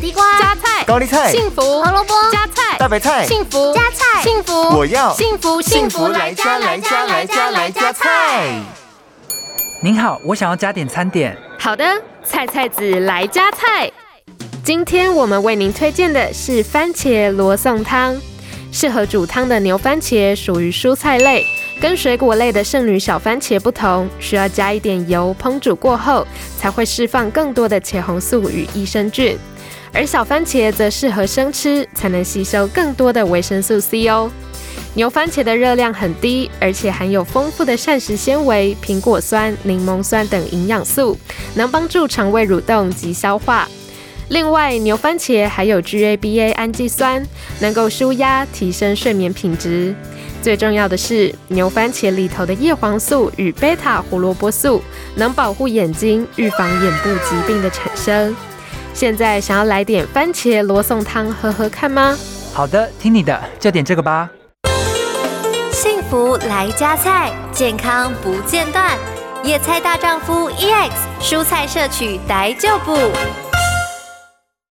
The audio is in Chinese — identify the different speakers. Speaker 1: 地瓜、
Speaker 2: 加菜、
Speaker 3: 高丽菜、
Speaker 2: 幸福、
Speaker 1: 胡萝卜、
Speaker 2: 加菜、
Speaker 3: 大白菜、
Speaker 2: 幸福、
Speaker 1: 加菜
Speaker 2: 幸福，
Speaker 3: 我要
Speaker 2: 幸福
Speaker 3: 幸福来家来家来家来家菜。
Speaker 4: 您好，我想要加点餐点。
Speaker 2: 好的，菜菜子来加菜。今天我们为您推荐的是番茄罗宋汤，适合煮汤的牛番茄属于蔬菜类，跟水果类的剩女小番茄不同，需要加一点油烹煮过后，才会释放更多的茄红素与益生菌。而小番茄则适合生吃，才能吸收更多的维生素 C 哦。牛番茄的热量很低，而且含有丰富的膳食纤维、苹果酸、柠檬酸等营养素，能帮助肠胃蠕动及消化。另外，牛番茄还有 GABA 氨基酸，能够舒压、提升睡眠品质。最重要的是，牛番茄里头的叶黄素与贝塔胡萝卜素能保护眼睛，预防眼部疾病的产生。现在想要来点番茄罗宋汤喝喝看吗？
Speaker 4: 好的，听你的，就点这个吧。
Speaker 1: 幸福来加菜，健康不 E 间断。野菜大丈夫 EX 蔬菜摄取逮就补。